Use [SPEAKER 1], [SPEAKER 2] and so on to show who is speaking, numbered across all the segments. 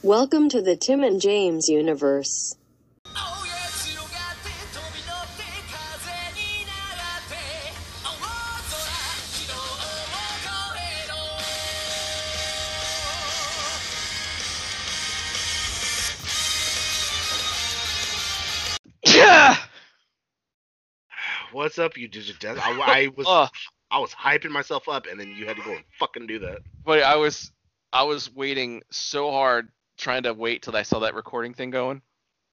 [SPEAKER 1] Welcome to the Tim and James universe.
[SPEAKER 2] Oh yes 強がって飛び乗って風になって青空昨日を超えろ
[SPEAKER 3] Yeah.
[SPEAKER 4] What's up, you digit death? I, I was
[SPEAKER 3] Ugh.
[SPEAKER 4] I was hyping myself up, and then you had to go and fucking do that.
[SPEAKER 3] But I was I was waiting so hard trying to wait till I saw that recording thing going.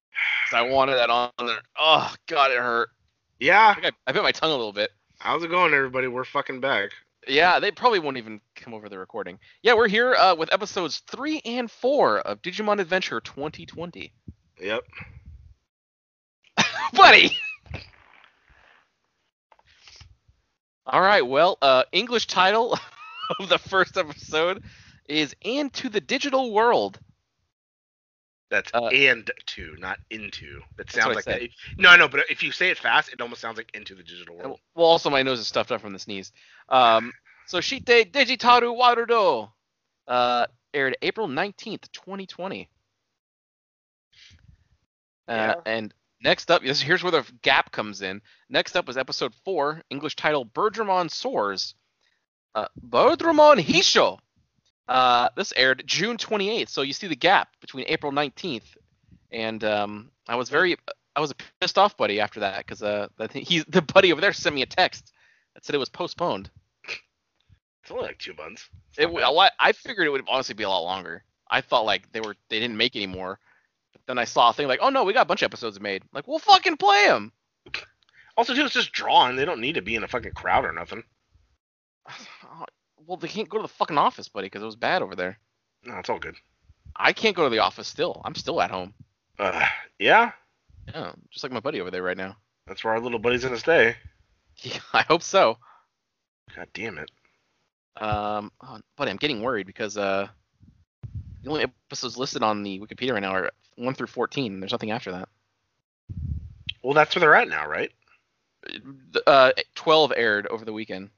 [SPEAKER 3] 'Cause I wanted that on there. Oh god, it hurt. I,
[SPEAKER 4] Yeah,
[SPEAKER 3] think I, I bit my tongue a little bit.
[SPEAKER 4] how's it going, everybody? We're fucking back.
[SPEAKER 3] Yeah, they probably won't even come over the recording. Yeah, we're here uh, with episodes three and four of Digimon Adventure 2020.
[SPEAKER 4] Yep.
[SPEAKER 3] Buddy. All right. Well, uh, English title of the first episode is "And to the Digital World."
[SPEAKER 4] That's
[SPEAKER 3] Uh,
[SPEAKER 4] and to, not into. That
[SPEAKER 3] what I
[SPEAKER 4] sounds like that.
[SPEAKER 3] said.
[SPEAKER 4] No, I know, but if you say it fast, it almost sounds like into the digital world.
[SPEAKER 3] Well, also my nose is stuffed up from the sneeze. Um, so Shite Digitaru Warudo uh, aired April 19th, 2020. Uh,
[SPEAKER 4] Yeah.
[SPEAKER 3] And next up, this, here's where the gap comes in. Next up was episode four, English title Bergermon Soars. Uh, Bergermon Hisho. Uh, this aired June 28th, so you see the gap between April 19th and um, I was very I was pissed off, buddy, after that because uh, I think he's the buddy over there sent me a text that said it was postponed.
[SPEAKER 4] It's only like two months.
[SPEAKER 3] It, w- a lot- I figured it would honestly be a lot longer. I thought like they were they didn't make any more. But then I saw a thing like, oh no, we got a bunch of episodes made. Like we'll fucking play them.
[SPEAKER 4] Also, too, it's just drawn. They don't need to be in a fucking crowd or nothing.
[SPEAKER 3] Well, they can't go to the fucking office, buddy, because it was bad over there.
[SPEAKER 4] No, it's all good.
[SPEAKER 3] I can't go to the office still. I'm still at home.
[SPEAKER 4] Uh, yeah,
[SPEAKER 3] Yeah, just like my buddy over there right now.
[SPEAKER 4] that's where our little buddy's gonna stay.
[SPEAKER 3] Yeah, I hope so.
[SPEAKER 4] God damn it.
[SPEAKER 3] Um, oh, buddy, I'm getting worried because uh, the only episodes listed on the Wikipedia right now are one through fourteen. and There's nothing after that.
[SPEAKER 4] Well, that's where they're at now, right?
[SPEAKER 3] Uh, twelve aired over the weekend.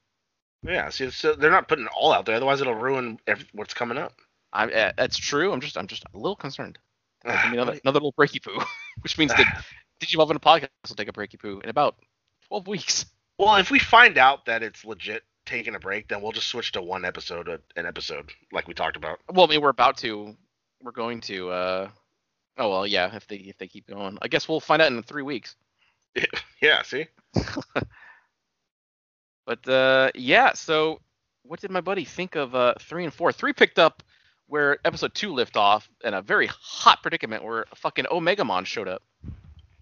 [SPEAKER 4] Yeah. See, so they're not putting it all out there, otherwise it'll ruin every, what's coming up.
[SPEAKER 3] I, uh, that's true. I'm just, I'm just a little concerned. I mean,
[SPEAKER 4] Buddy.
[SPEAKER 3] another, another little breaky poo, which means that Digimon in a podcast will take a breaky poo in about twelve weeks.
[SPEAKER 4] Well, if we find out that it's legit taking a break, then we'll just switch to one episode, a- an episode, like we talked about.
[SPEAKER 3] Well, I mean, we're about to, we're going to. Uh, oh well, yeah. If they if they keep going, I guess we'll find out in three weeks.
[SPEAKER 4] Yeah, see?
[SPEAKER 3] But uh, yeah, so what did my buddy think of uh, three and four? Three picked up where episode two left off in a very hot predicament where fucking Omegamon showed up.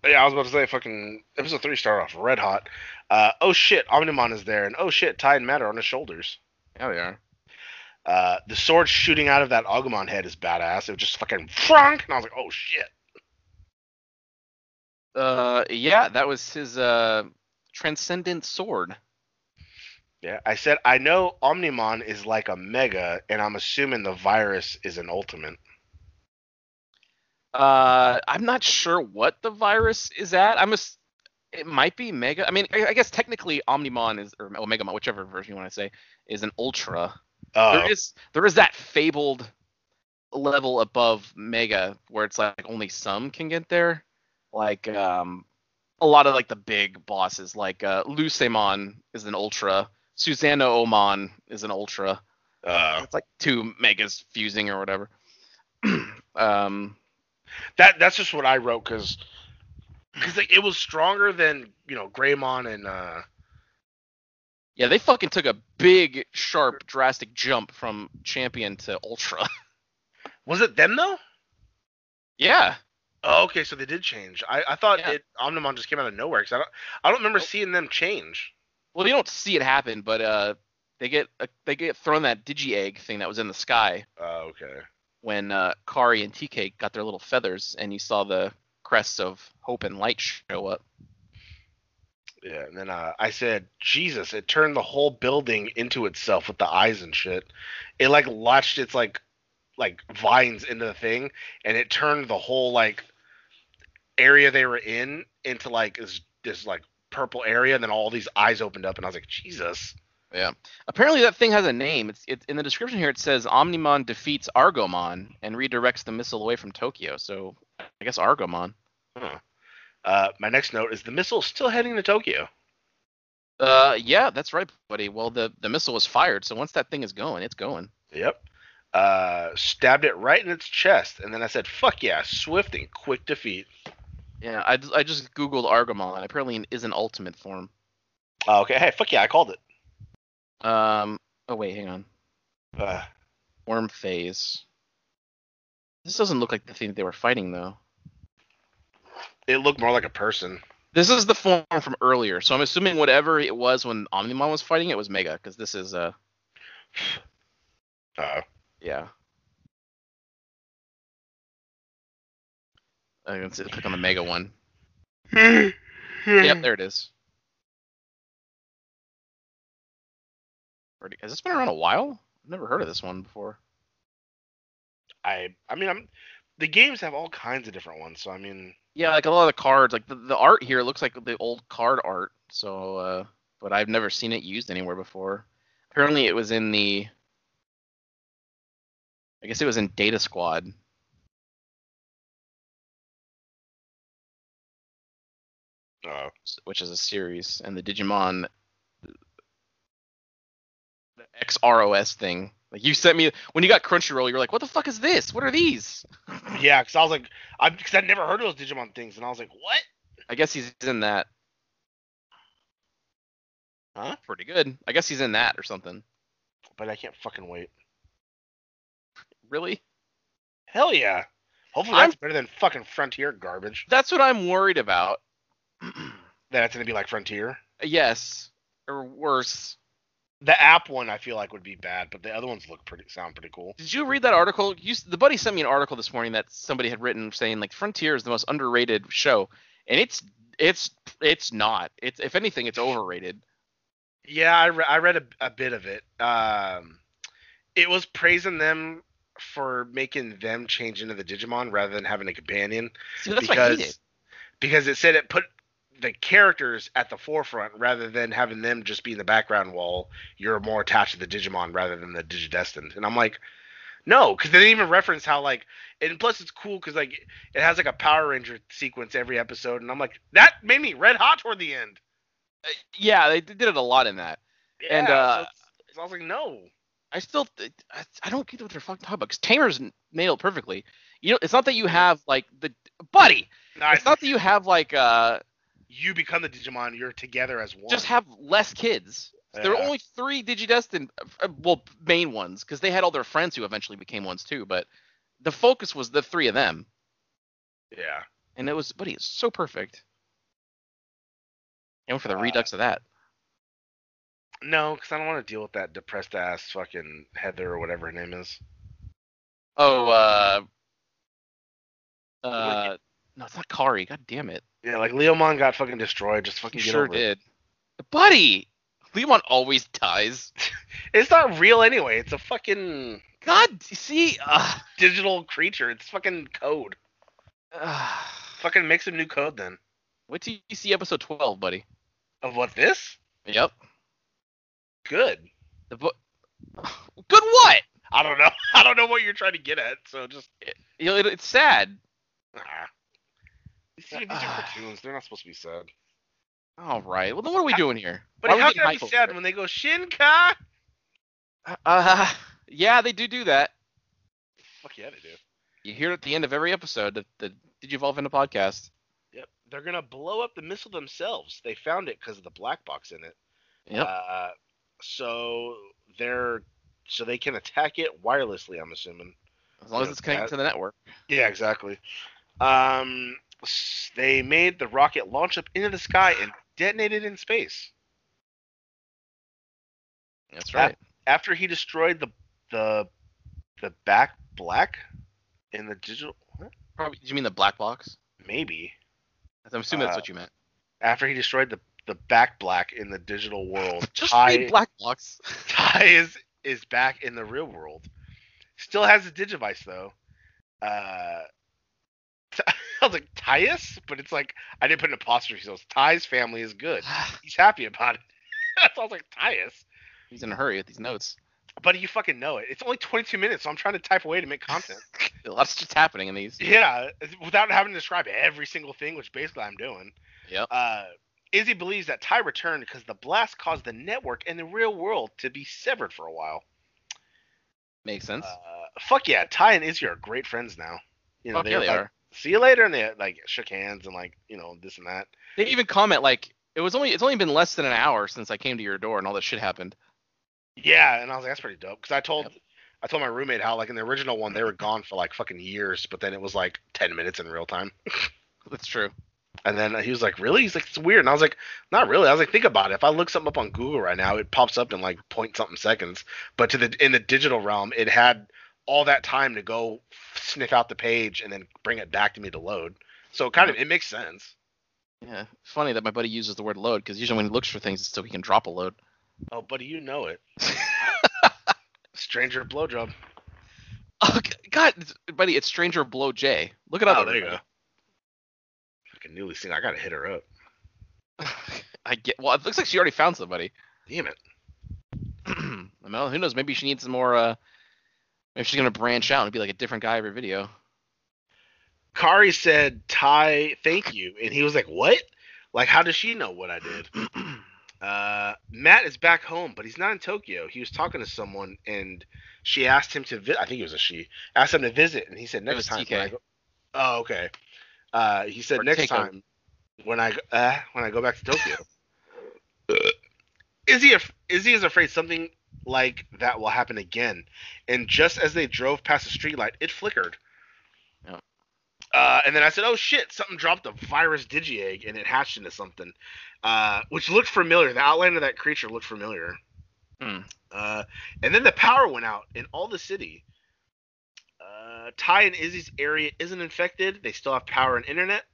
[SPEAKER 4] Yeah, I was about to say, fucking episode three started off red hot. Uh, oh shit, Omnimon is there, and oh shit, Tide Matter on his shoulders.
[SPEAKER 3] Yeah, they are.
[SPEAKER 4] Uh, the sword shooting out of that Agumon head is badass. It was just fucking fronk, and I was like, oh shit.
[SPEAKER 3] Uh, yeah, that was his uh, transcendent sword.
[SPEAKER 4] Yeah, I said, I know Omnimon is like a mega, and I'm assuming the virus is an ultimate.
[SPEAKER 3] Uh, I'm not sure what the virus is at. I'm ass- it might be Mega. I mean, I, I guess technically Omnimon is or Omegamon, whichever version you want to say, is an Ultra.
[SPEAKER 4] Uh,
[SPEAKER 3] there is there is that fabled level above mega where it's like only some can get there like um a lot of like the big bosses like uh lucemon is an ultra susanna oman is an ultra
[SPEAKER 4] uh,
[SPEAKER 3] it's like two megas fusing or whatever um
[SPEAKER 4] That that's just what I wrote because like, it was stronger than you know Greymon and uh
[SPEAKER 3] yeah they fucking took a big sharp drastic jump from champion to ultra
[SPEAKER 4] was it them though?
[SPEAKER 3] yeah
[SPEAKER 4] Oh, okay, so they did change. I, I thought
[SPEAKER 3] Yeah.
[SPEAKER 4] it Omnimon just came out of nowhere because I don't I don't remember seeing them change.
[SPEAKER 3] well you don't see it happen but uh they get uh, they get thrown that digi egg thing that was in the sky
[SPEAKER 4] Oh, okay.
[SPEAKER 3] when uh, Kari and TK got their little feathers, and you saw the crests of hope and light show up.
[SPEAKER 4] Yeah, and then uh, I said, Jesus, it turned the whole building into itself with the eyes and shit. It like latched its like like vines into the thing, and it turned the whole like area they were in into like this this like purple area, and then all these eyes opened up, and I was like, Jesus.
[SPEAKER 3] Apparently, that thing has a name. It's, it's in the description here. It says Omnimon defeats Argomon and redirects the missile away from Tokyo. So I guess Argomon.
[SPEAKER 4] Uh, my next note is the missile still heading to Tokyo.
[SPEAKER 3] Uh, yeah, that's right, buddy. Well, the the missile was fired, so once that thing is going, it's going.
[SPEAKER 4] Yep. Uh, stabbed it right in its chest, and then I said, "Fuck yeah, swift and quick defeat."
[SPEAKER 3] Yeah, I, I just googled Argomon. Apparently, it is an ultimate form.
[SPEAKER 4] Oh, okay, hey, fuck yeah, I called it.
[SPEAKER 3] Um. Oh wait, hang on.
[SPEAKER 4] Uh,
[SPEAKER 3] Worm phase. This doesn't look like the thing that they were fighting though.
[SPEAKER 4] it looked more like a person.
[SPEAKER 3] This is the form from earlier, so I'm assuming whatever it was when Omnimon was fighting it was Mega, because this is uh
[SPEAKER 4] Uh,
[SPEAKER 3] yeah. I can see click on the Mega one.
[SPEAKER 4] Hmm.
[SPEAKER 3] Yep, there it is. Pretty- Has this been around a while? I've never heard of this one before.
[SPEAKER 4] I, I mean, I'm. The games have all kinds of different ones, so I mean,
[SPEAKER 3] Yeah, like a lot of the cards, like the, the art here looks like the old card art. So, uh, but I've never seen it used anywhere before. Apparently, it was in the. I guess it was in Data Squad.
[SPEAKER 4] uh,
[SPEAKER 3] s- which is a series, and the Digimon the XROS thing. Like you sent me when you got Crunchyroll, you were like, "What the fuck is this? What are these?"
[SPEAKER 4] yeah, because I was like, I because I'd never heard of those Digimon things, and I was like, what?
[SPEAKER 3] I guess he's in that.
[SPEAKER 4] Huh?
[SPEAKER 3] Pretty good. I guess he's in that or something.
[SPEAKER 4] But I can't fucking wait.
[SPEAKER 3] Really?
[SPEAKER 4] Hell yeah. Hopefully
[SPEAKER 3] I'm-
[SPEAKER 4] that's better than fucking Frontier garbage.
[SPEAKER 3] That's what I'm worried about.
[SPEAKER 4] That it's gonna be like Frontier.
[SPEAKER 3] yes, or worse.
[SPEAKER 4] The app one I feel like would be bad, but the other ones look pretty sound pretty cool.
[SPEAKER 3] Did you read that article? You, s- the buddy sent me an article this morning that somebody had written saying like Frontier is the most underrated show, and it's it's it's not. It's if anything, it's overrated.
[SPEAKER 4] Yeah, I, re- I read a, a bit of it. Um, it was praising them for making them change into the Digimon rather than having a companion
[SPEAKER 3] See, that's why I
[SPEAKER 4] because
[SPEAKER 3] hate it.
[SPEAKER 4] because it said it put the characters at the forefront rather than having them just be in the background while you're more attached to the Digimon rather than the Digidestined. And I'm like, no, because they didn't even reference how like, and plus it's cool because like it has like a Power Ranger sequence every episode, and I'm like, that made me red hot toward the end.
[SPEAKER 3] Uh, Yeah, they did it a lot in that. And,
[SPEAKER 4] Yeah, so
[SPEAKER 3] uh,
[SPEAKER 4] it's- so I was like, no.
[SPEAKER 3] I still, th- I, I don't get what they're fucking talking about. Because Tamer's n- nailed it perfectly. You know, it's not that you have like the buddy.
[SPEAKER 4] No,
[SPEAKER 3] It's not that you have like uh,
[SPEAKER 4] you become the Digimon. You're together as one.
[SPEAKER 3] just have less kids. There were
[SPEAKER 4] Yeah.
[SPEAKER 3] only three Digidestined, uh, well, main ones, because they had all their friends who eventually became ones too. But the focus was the three of them,
[SPEAKER 4] yeah.
[SPEAKER 3] and it was, buddy, it's so perfect. And for the
[SPEAKER 4] Uh,
[SPEAKER 3] redux of that,
[SPEAKER 4] No, because I don't want to deal with that depressed ass fucking Heather or whatever her name is.
[SPEAKER 3] oh, uh, uh, no, it's not Kari. God damn it.
[SPEAKER 4] Yeah, like Leomon got fucking destroyed. Just fucking
[SPEAKER 3] You
[SPEAKER 4] get
[SPEAKER 3] sure
[SPEAKER 4] over it.
[SPEAKER 3] did. Buddy, Leon always dies.
[SPEAKER 4] It's not real anyway. It's a fucking
[SPEAKER 3] God, see, uh,
[SPEAKER 4] digital creature. It's fucking code.
[SPEAKER 3] uh,
[SPEAKER 4] Fucking make some new code then.
[SPEAKER 3] wait till you see episode 12, buddy.
[SPEAKER 4] Of what this?
[SPEAKER 3] Yep.
[SPEAKER 4] Good.
[SPEAKER 3] The bo- Good what?
[SPEAKER 4] I don't know. I don't know what you're trying to get at. So just.
[SPEAKER 3] You know, it- it's sad.
[SPEAKER 4] Ah. These are, these are
[SPEAKER 3] Ah.
[SPEAKER 4] cartoons. They're not supposed to be sad.
[SPEAKER 3] All right. Well, then what are we doing here?
[SPEAKER 4] But
[SPEAKER 3] Why are we
[SPEAKER 4] how
[SPEAKER 3] getting
[SPEAKER 4] can I
[SPEAKER 3] hype
[SPEAKER 4] be
[SPEAKER 3] over
[SPEAKER 4] sad
[SPEAKER 3] it?
[SPEAKER 4] when they go Shinka?
[SPEAKER 3] Uh, yeah, they do do that.
[SPEAKER 4] Fuck yeah, they do.
[SPEAKER 3] You hear it at the end of every episode. The, the Did you evolve into podcast?
[SPEAKER 4] Yep. They're gonna blow up the missile themselves. They found it because of the black box in it.
[SPEAKER 3] Yep.
[SPEAKER 4] Uh, so they're so they can attack it wirelessly. I'm assuming.
[SPEAKER 3] as long as it's connected to the network.
[SPEAKER 4] Yeah, exactly. Um, s- they made the rocket launch up into the sky and detonated in space.
[SPEAKER 3] That's
[SPEAKER 4] that-
[SPEAKER 3] right.
[SPEAKER 4] After he destroyed the the the back black in the digital what?
[SPEAKER 3] Probably, did you mean the black box?
[SPEAKER 4] maybe
[SPEAKER 3] I'm assuming that's
[SPEAKER 4] Uh,
[SPEAKER 3] what you meant.
[SPEAKER 4] after he destroyed the the back black in the digital world.
[SPEAKER 3] Just
[SPEAKER 4] Ty-
[SPEAKER 3] read black box.
[SPEAKER 4] Ty is is back in the real world. Still has his digivice though. Uh, T- I was like Tyus, but it's like I didn't put an apostrophe, so it's Ty's family is good. He's happy about it. so I was like Tyus.
[SPEAKER 3] He's in a hurry with these notes.
[SPEAKER 4] But you fucking know it. It's only 22 minutes, so I'm trying to type away to make content.
[SPEAKER 3] A lot's just happening in these.
[SPEAKER 4] yeah, without having to describe every single thing, which basically I'm doing.
[SPEAKER 3] Yep.
[SPEAKER 4] Uh, Izzy believes that Ty returned because the blast caused the network and the real world to be severed for a while.
[SPEAKER 3] Makes sense.
[SPEAKER 4] Uh, fuck yeah, Ty and Izzy are great friends now. You know,
[SPEAKER 3] Fuck Oh, yeah, they
[SPEAKER 4] like,
[SPEAKER 3] are.
[SPEAKER 4] See you later, and they like shook hands and like you know this and that.
[SPEAKER 3] They even comment like it was only it's only been less than an hour since I came to your door and all that shit happened.
[SPEAKER 4] Yeah, and I was like, that's pretty dope because I told I told my roommate how like in the original one they were gone for like fucking years, but then it was like 10 minutes in real time.
[SPEAKER 3] That's true.
[SPEAKER 4] And then he was like, really? He's like, it's weird. And I was like, not really. I was like, think about it. If I look something up on Google right now, it pops up in like point something seconds. But to the in the digital realm, it had all that time to go sniff out the page and then bring it back to me to load. So it kind of it makes sense.
[SPEAKER 3] Yeah. Funny that my buddy uses the word load because usually when he looks for things, it's so he can drop a load.
[SPEAKER 4] Oh, buddy, you know it. Stranger blowjob.
[SPEAKER 3] Oh, g- God, it's- buddy, it's Stranger Blow J. Look it up.
[SPEAKER 4] Oh, there you go.
[SPEAKER 3] everybody.
[SPEAKER 4] Fucking newly seen. I gotta hit her up.
[SPEAKER 3] I get. Well, it looks like she already found somebody.
[SPEAKER 4] Damn it.
[SPEAKER 3] well, who knows? Maybe she needs some more. uh Maybe she's gonna branch out and be like a different guy every video.
[SPEAKER 4] Kari said, Ty, thank you. And he was like, What? Like, how does she know what I did? Uh, Matt is back home, but he's not in Tokyo. He was talking to someone, and she asked him to. Vi- I think it was a she. Asked him to visit, and he said
[SPEAKER 3] was
[SPEAKER 4] next time. when
[SPEAKER 3] TK.
[SPEAKER 4] I go- oh, okay. Uh, he said
[SPEAKER 3] Or
[SPEAKER 4] next
[SPEAKER 3] Takeo.
[SPEAKER 4] time when I uh, when I go back to Tokyo. Izzy af- Izzy is afraid something like that will happen again, and just as they drove past a streetlight, it flickered.
[SPEAKER 3] Yeah.
[SPEAKER 4] Uh, and then I said, "Oh shit! Something dropped a virus digi egg, and it hatched into something." uh, which looked familiar. The outline of that creature looked familiar.
[SPEAKER 3] Hmm.
[SPEAKER 4] Uh, and then the power went out in all the city. Uh, Ty and Izzy's area isn't infected. They still have power and internet.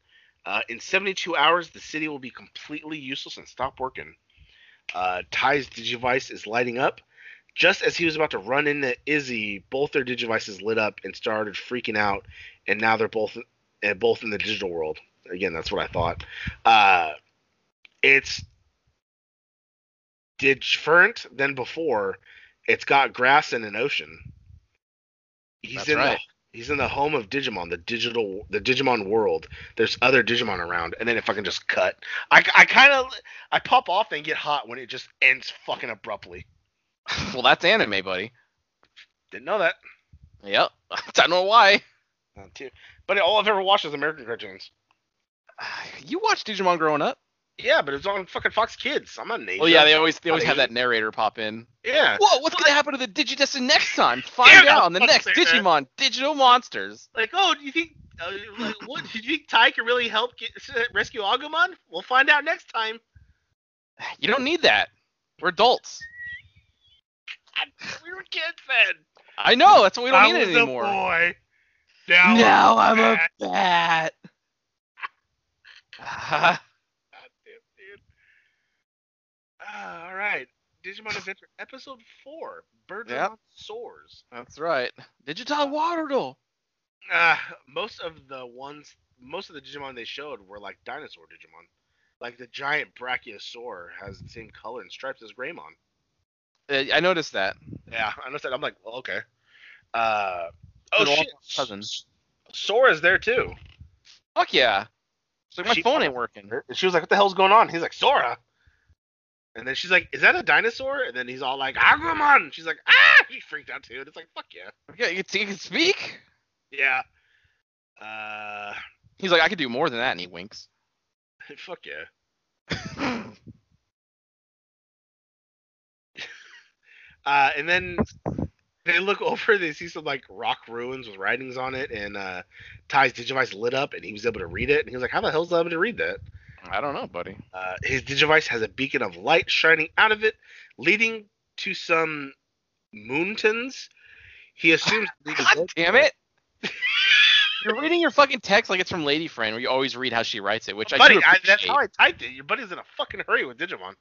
[SPEAKER 4] Uh, in 72 hours, the city will be completely useless and stop working. Uh, Ty's digivice is lighting up. Just as he was about to run into Izzy, both their digivices lit up and started freaking out, and now they're both uh, both in the digital world. Again, that's what I thought. Uh, it's different than before. It's got grass and an ocean. He's
[SPEAKER 3] That's
[SPEAKER 4] in
[SPEAKER 3] right.
[SPEAKER 4] the he's in the home of Digimon, the digital the Digimon world. There's other Digimon around, and then if I can just cut, I, I kind of I pop off and get hot when it just ends fucking abruptly.
[SPEAKER 3] well, that's anime, buddy.
[SPEAKER 4] Didn't know that.
[SPEAKER 3] Yep. I don't know why.
[SPEAKER 4] Uh, too. But all I've ever watched is American cartoons.
[SPEAKER 3] You watched Digimon growing up?
[SPEAKER 4] Yeah, but it was on fucking Fox Kids. I'm not an
[SPEAKER 3] Well, yeah.
[SPEAKER 4] Asian.
[SPEAKER 3] They always they always
[SPEAKER 4] Asian.
[SPEAKER 3] have that narrator pop in.
[SPEAKER 4] yeah.
[SPEAKER 3] Whoa, what's gonna happen to the Digidestin next time? Find
[SPEAKER 4] Yeah,
[SPEAKER 3] out on the
[SPEAKER 4] fuck
[SPEAKER 3] next
[SPEAKER 4] there.
[SPEAKER 3] Digimon Digital Monsters.
[SPEAKER 4] Like, oh, do you think? Uh, like, what do you think Ty can really help get, rescue Agumon? We'll find out next time.
[SPEAKER 3] You don't need that. We're adults.
[SPEAKER 4] We were kids then.
[SPEAKER 3] I know. That's why we don't
[SPEAKER 4] I
[SPEAKER 3] need
[SPEAKER 4] was
[SPEAKER 3] it anymore.
[SPEAKER 4] A boy.
[SPEAKER 3] Now I'm a bat.
[SPEAKER 4] bat.
[SPEAKER 3] Ah,
[SPEAKER 4] Goddamn, dude. Ah, all right. Digimon Adventure Episode Four: Birdman
[SPEAKER 3] Yep.
[SPEAKER 4] Soars.
[SPEAKER 3] That's right. Digital water doll.
[SPEAKER 4] Uh, most of the ones, most of the Digimon they showed were like dinosaur Digimon. Like the giant Brachiosaur has the same color and stripes as Greymon.
[SPEAKER 3] Uh, I noticed that.
[SPEAKER 4] Yeah, I noticed that. I'm like, well, okay. Uh, oh
[SPEAKER 3] Good old
[SPEAKER 4] shit,
[SPEAKER 3] cousin.
[SPEAKER 4] Sora's there too.
[SPEAKER 3] Fuck yeah. She's like, my
[SPEAKER 4] She-
[SPEAKER 3] phone ain't working.
[SPEAKER 4] And she was like, what the hell's going on? He's like, Sora. And then she's like, is that a dinosaur? And then he's all like, Agumon. She's like, ah! She freaked out too. And it's like, fuck yeah.
[SPEAKER 3] Yeah, you can, you can speak.
[SPEAKER 4] Yeah. Uh,
[SPEAKER 3] He's like, I could do more than that, and he winks.
[SPEAKER 4] fuck yeah. Uh, and then they look over, they see some like rock ruins with writings on it, and uh, Ty's digivice lit up, and he was able to read it. And he was like, "How the hell's I able to read that?"
[SPEAKER 3] I don't know, buddy.
[SPEAKER 4] Uh, his digivice has a beacon of light shining out of it, leading to some mountains. He assumes.
[SPEAKER 3] God damn it. You're reading your fucking text like it's from Lady Friend, where you always read how she writes it, which I
[SPEAKER 4] buddy,
[SPEAKER 3] do
[SPEAKER 4] I,
[SPEAKER 3] appreciate.
[SPEAKER 4] that's how I typed it. Your buddy's in a fucking hurry with Digimon.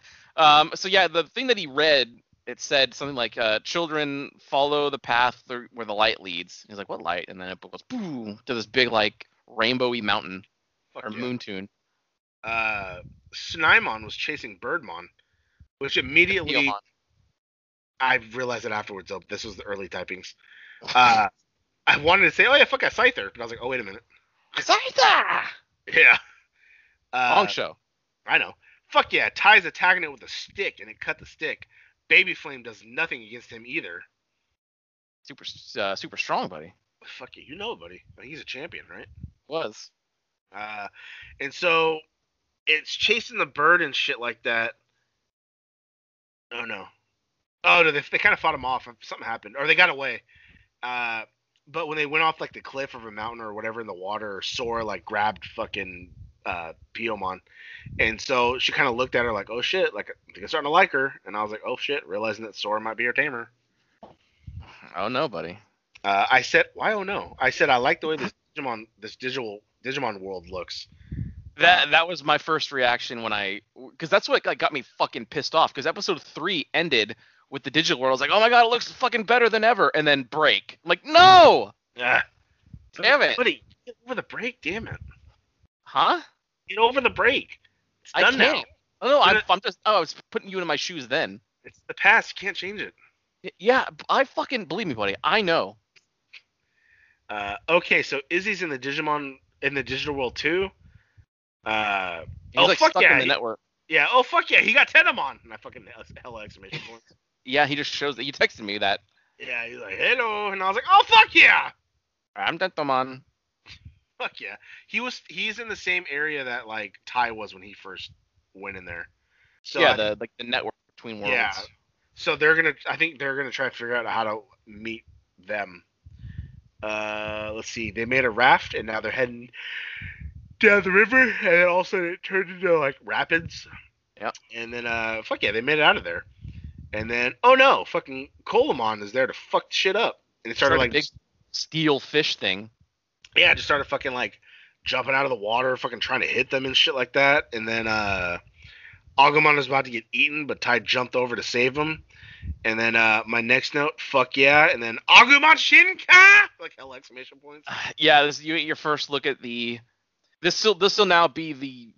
[SPEAKER 3] um, so yeah, the thing that he read, it said something like, uh, "Children follow the path through where the light leads." He's like, "What light?" And then it goes boom to this big like rainbowy mountain
[SPEAKER 4] Fuck
[SPEAKER 3] or
[SPEAKER 4] yeah.
[SPEAKER 3] moon tune.
[SPEAKER 4] Uh, Snymon was chasing Birdmon. which immediately
[SPEAKER 3] Pokemon.
[SPEAKER 4] I realized it afterwards. Though this was the early typings. Uh, I wanted to say, "Oh yeah, fuck a Scyther," but I was like, "Oh wait a minute,
[SPEAKER 3] Scyther!
[SPEAKER 4] yeah." Uh,
[SPEAKER 3] Wrong show.
[SPEAKER 4] I know. Fuck yeah, Ty's attacking it with a stick, and it cut the stick. Baby Flame does nothing against him either.
[SPEAKER 3] Super, uh, super strong, buddy.
[SPEAKER 4] Fuck you, you know, buddy. He's a champion, right?
[SPEAKER 3] Was.
[SPEAKER 4] Uh, and so it's chasing the bird and shit like that. Oh no. Oh no, they, they kind of fought him off. Something happened, or they got away. Uh, but when they went off like the cliff of a mountain or whatever in the water, Sora like grabbed fucking uh Piomon, and so she kind of looked at her like, "Oh shit!" Like I think I'm starting to like her, and I was like, "Oh shit!" Realizing that Sora might be her tamer.
[SPEAKER 3] Oh no, buddy.
[SPEAKER 4] Uh, I said, "Why? Oh no!" I said, "I like the way this Digimon, this digital Digimon world looks."
[SPEAKER 3] That that was my first reaction when I, because that's what like, got me fucking pissed off. Because episode three ended with the digital world. I was like, oh my god, it looks fucking better than ever. And then break. I'm like, no,
[SPEAKER 4] Yeah.
[SPEAKER 3] Damn it.
[SPEAKER 4] Buddy, get over the break, damn it.
[SPEAKER 3] huh?
[SPEAKER 4] Get over the break. It's
[SPEAKER 3] I
[SPEAKER 4] done now.
[SPEAKER 3] can't. Oh no, I'm,
[SPEAKER 4] But-
[SPEAKER 3] I'm just. Oh, I was putting you in my shoes then.
[SPEAKER 4] It's the past. You can't change it.
[SPEAKER 3] Y- Yeah, b- I fucking believe me, buddy. I know.
[SPEAKER 4] Uh, okay, so Izzy's in the Digimon in the digital world too. Uh,
[SPEAKER 3] He's
[SPEAKER 4] Oh,
[SPEAKER 3] like
[SPEAKER 4] fuck
[SPEAKER 3] stuck
[SPEAKER 4] yeah,
[SPEAKER 3] in the
[SPEAKER 4] he-
[SPEAKER 3] network.
[SPEAKER 4] yeah. Oh fuck yeah, he got Tenemon, and I fucking hella exclamation points.
[SPEAKER 3] Yeah, he just shows that. You texted me that.
[SPEAKER 4] yeah, he's like hello, and I was like, oh fuck yeah,
[SPEAKER 3] I'm Dentomon.
[SPEAKER 4] fuck yeah. He was he's in the same area that like Ty was when he first went in there. So
[SPEAKER 3] yeah,
[SPEAKER 4] I
[SPEAKER 3] the like the network between worlds.
[SPEAKER 4] Yeah. So they're gonna. I think they're gonna try to figure out how to meet them. Uh, let's see. They made a raft, and now they're heading down the river, and then all of a sudden it turned into like rapids.
[SPEAKER 3] Yep.
[SPEAKER 4] And then, uh, fuck yeah, they made it out of there. And then, oh no, fucking Colomon is there to fuck shit up, and it started,
[SPEAKER 3] Started
[SPEAKER 4] like,
[SPEAKER 3] big- Steel fish thing.
[SPEAKER 4] yeah, just started fucking like jumping out of the water, fucking trying to hit them and shit like that. And then uh Agumon was about to get eaten, but Tai jumped over to save him. And then uh my next note, fuck yeah, and then Agumon Shinka like hell exclamation points.
[SPEAKER 3] Ah, Yeah, this you your first look at the. This will this will now be the.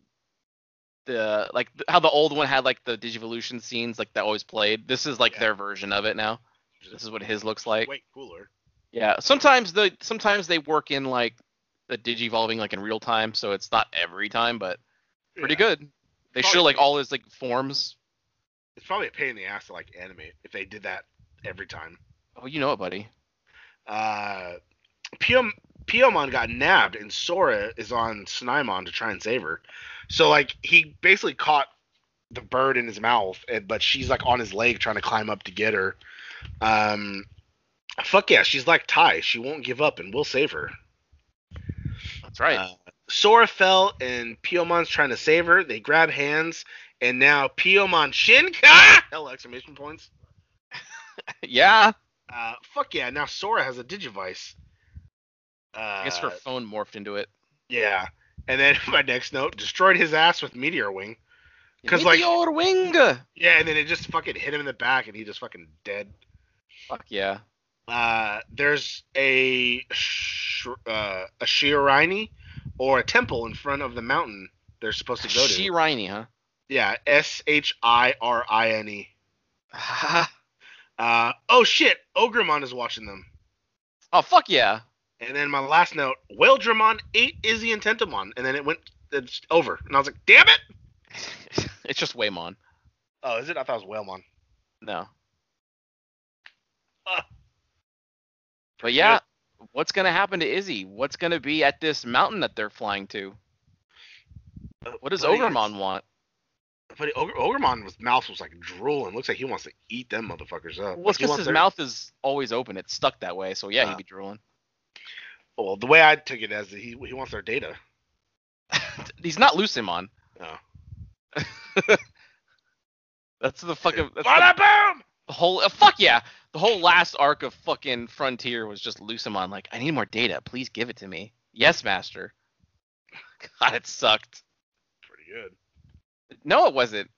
[SPEAKER 3] The like th- how the old one had like the Digivolution scenes like that always played. This is like
[SPEAKER 4] Yeah.
[SPEAKER 3] their version of it now. This is what his looks like.
[SPEAKER 4] way cooler.
[SPEAKER 3] Yeah, sometimes the sometimes they work in like the digivolving like in real time, so it's not every time, but pretty
[SPEAKER 4] Yeah.
[SPEAKER 3] good. They
[SPEAKER 4] Probably-
[SPEAKER 3] show like all his like forms.
[SPEAKER 4] It's probably a pain in the ass to like animate if they did that every time.
[SPEAKER 3] Oh, you know it, buddy.
[SPEAKER 4] Uh Piom Piomon got nabbed and Sora is on Snaimon to try and save her. So like he basically caught the bird in his mouth, and, but she's like on his leg trying to climb up to get her. Um, fuck yeah, she's like Ty. She won't give up, and we'll save her.
[SPEAKER 3] That's right.
[SPEAKER 4] Uh, Sora fell, and Piomon's trying to save her. They grab hands, and now Piomon Shinka! Hell, exclamation points.
[SPEAKER 3] yeah.
[SPEAKER 4] Uh, fuck yeah, now Sora has a Digivice. Uh,
[SPEAKER 3] I guess her phone morphed into it.
[SPEAKER 4] Yeah. And then my next note destroyed his ass with Meteor Wing. 'Cause, like-
[SPEAKER 3] Meteor wing.
[SPEAKER 4] Yeah, and then it just fucking hit him in the back, and he just fucking dead.
[SPEAKER 3] Fuck yeah.
[SPEAKER 4] Uh, there's a sh- uh, a Shiraini or a temple in front of the mountain they're supposed to go to.
[SPEAKER 3] She Riney, huh?
[SPEAKER 4] yeah, S H I R I N E.
[SPEAKER 3] Ha.
[SPEAKER 4] Uh, oh shit, Ogremon is watching them.
[SPEAKER 3] oh fuck yeah.
[SPEAKER 4] And then my last note, Weldramon ate Izzy and Tentamon, and then it went. It's over, and I was like, damn it.
[SPEAKER 3] it's just Waymon.
[SPEAKER 4] Oh, is it? I thought it was Whalemon.
[SPEAKER 3] No.
[SPEAKER 4] Ah.
[SPEAKER 3] But yeah, what's gonna happen to Izzy? What's gonna be at this mountain that they're flying to? What does Ogremon want?
[SPEAKER 4] But Ogre, Ogremon with mouth was like drooling. Looks like he wants to eat them motherfuckers
[SPEAKER 3] Well,
[SPEAKER 4] up. Like,
[SPEAKER 3] it's
[SPEAKER 4] he
[SPEAKER 3] because
[SPEAKER 4] wants
[SPEAKER 3] his
[SPEAKER 4] their-
[SPEAKER 3] mouth is always open. It's stuck that way, so yeah,
[SPEAKER 4] Ah.
[SPEAKER 3] he'd be drooling.
[SPEAKER 4] Well, the way I took it as he he wants their data.
[SPEAKER 3] He's not Lucimon.
[SPEAKER 4] Oh.
[SPEAKER 3] That's the fucking. That's
[SPEAKER 4] Bada
[SPEAKER 3] the,
[SPEAKER 4] boom!
[SPEAKER 3] the whole. Uh, fuck yeah! The whole last arc of fucking Frontier was just Lucimon. Like, I need more data. Please give it to me. Yes, master. God, it sucked.
[SPEAKER 4] Pretty good.
[SPEAKER 3] No, it wasn't.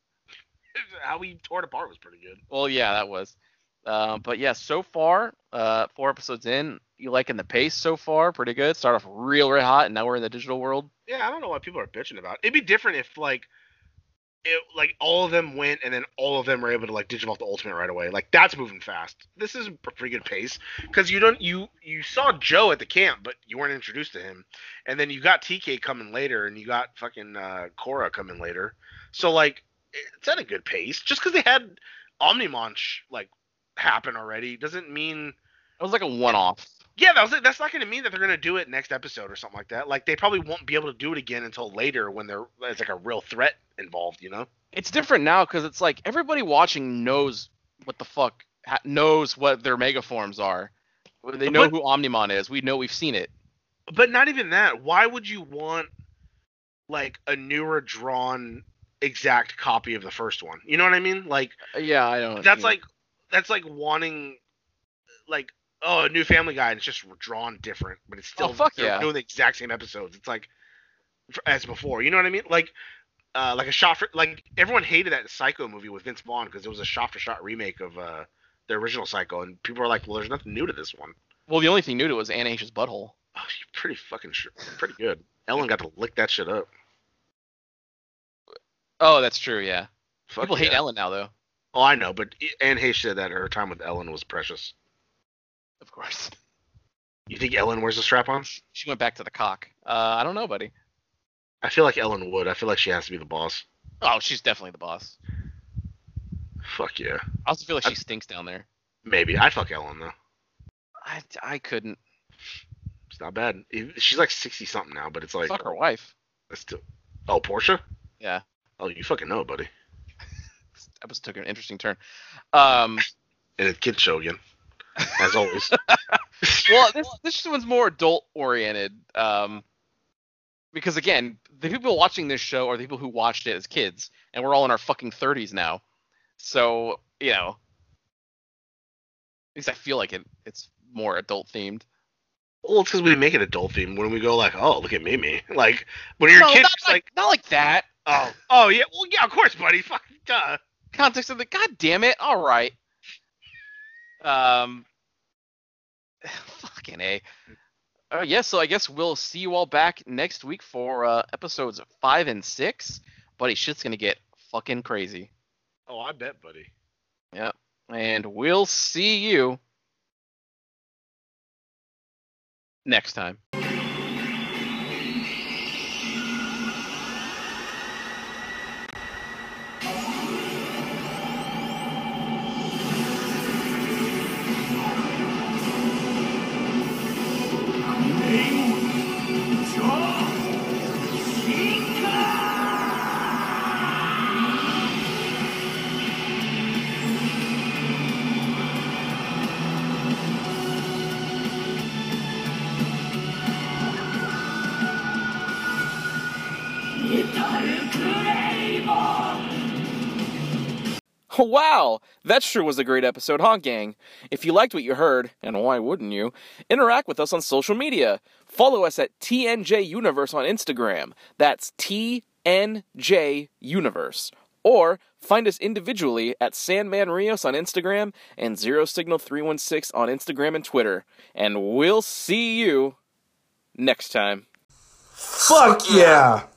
[SPEAKER 4] How he tore it apart was pretty good.
[SPEAKER 3] Well, yeah, that was. Uh, but yeah, so far, uh, four episodes in, you liking the pace so far? Pretty good. Start off real red hot, and now we're in the digital world.
[SPEAKER 4] Yeah, I don't know why people are bitching about. it. It'd be different if like it like all of them went, and then all of them were able to like Digimon the Ultimate right away. Like that's moving fast. This is a pretty good pace because you don't you you saw Joe at the camp, but you weren't introduced to him, and then you got TK coming later, and you got fucking uh, Korra coming later. So like it's at a good pace. Just because they had Omnimon sh- like happen already doesn't mean
[SPEAKER 3] It was like a one-off.
[SPEAKER 4] yeah, that was it. That's not going to mean that they're going to do it next episode or something like that. Like they probably won't be able to do it again until later when there there's like a real threat involved, you know?
[SPEAKER 3] It's different now because it's like everybody watching knows what the fuck ha- knows what their mega forms are. They know
[SPEAKER 4] But-
[SPEAKER 3] who Omnimon is. We know we've seen it.
[SPEAKER 4] But not even that. Why would you want like a newer drawn exact copy of the first one? You know what I mean? Like
[SPEAKER 3] Yeah, I don't.
[SPEAKER 4] that's like that's like wanting like oh a new family guy and it's just drawn different but it's still
[SPEAKER 3] Oh, fuck
[SPEAKER 4] they're
[SPEAKER 3] yeah.
[SPEAKER 4] doing the exact same episodes it's like f- as before you know what i mean like uh like a shot for like everyone hated that psycho movie with vince vaughn because it was a shot for shot remake of uh the original psycho and people are like well there's nothing new to this one
[SPEAKER 3] Well, the only thing new to it was Anna H's butthole.
[SPEAKER 4] oh you're pretty fucking sure pretty good ellen got to lick that shit up
[SPEAKER 3] Oh, that's true. Yeah.
[SPEAKER 4] Fuck
[SPEAKER 3] People hate
[SPEAKER 4] yeah.
[SPEAKER 3] Ellen now, though.
[SPEAKER 4] oh i know but anne hayes said that her time with ellen was precious
[SPEAKER 3] Of course.
[SPEAKER 4] you think ellen wears a strap on
[SPEAKER 3] She went back to the cock. Uh, I don't know, buddy.
[SPEAKER 4] i feel like ellen would i feel like she has to be the boss
[SPEAKER 3] Oh, she's definitely the boss.
[SPEAKER 4] fuck yeah
[SPEAKER 3] I also feel like she stinks down there.
[SPEAKER 4] Maybe I'd fuck Ellen though.
[SPEAKER 3] I, I couldn't.
[SPEAKER 4] It's not bad. If- She's like sixty something now, but it's like
[SPEAKER 3] Fuck her wife.
[SPEAKER 4] that's still. Oh, Portia.
[SPEAKER 3] Yeah.
[SPEAKER 4] Oh, you fucking know, buddy.
[SPEAKER 3] That was took an interesting turn. Um,
[SPEAKER 4] And it kid show again, as always.
[SPEAKER 3] well, this this one's more adult oriented. Um, because again, the people watching this show are the people who watched it as kids, and we're all in our fucking thirties now. So you know, at least I feel like it. It's more adult themed.
[SPEAKER 4] well, it's because we make it adult theme when we go like, oh, look at Mimi. Like when you're a kid,
[SPEAKER 3] not
[SPEAKER 4] it's
[SPEAKER 3] like,
[SPEAKER 4] like,
[SPEAKER 3] not like that.
[SPEAKER 4] oh, oh yeah, well yeah, of course, buddy. Fuck, duh.
[SPEAKER 3] Context of the god damn it. All right. Um. Fucking a. Uh, yeah, so I guess we'll see you all back next week for uh, episodes five and six. Buddy, shit's gonna get fucking crazy,
[SPEAKER 4] Oh, I bet, buddy.
[SPEAKER 3] and we'll see you next time. Wow, that sure was a great episode, huh, gang? If you liked what you heard, and why wouldn't you, interact with us on social media. Follow us at TNJ Universe on Instagram. That's TNJ Universe. Or find us individually at Sandman Rios on Instagram and Zero Signal 316 on Instagram and Twitter. And we'll see you next time.
[SPEAKER 5] Fuck yeah.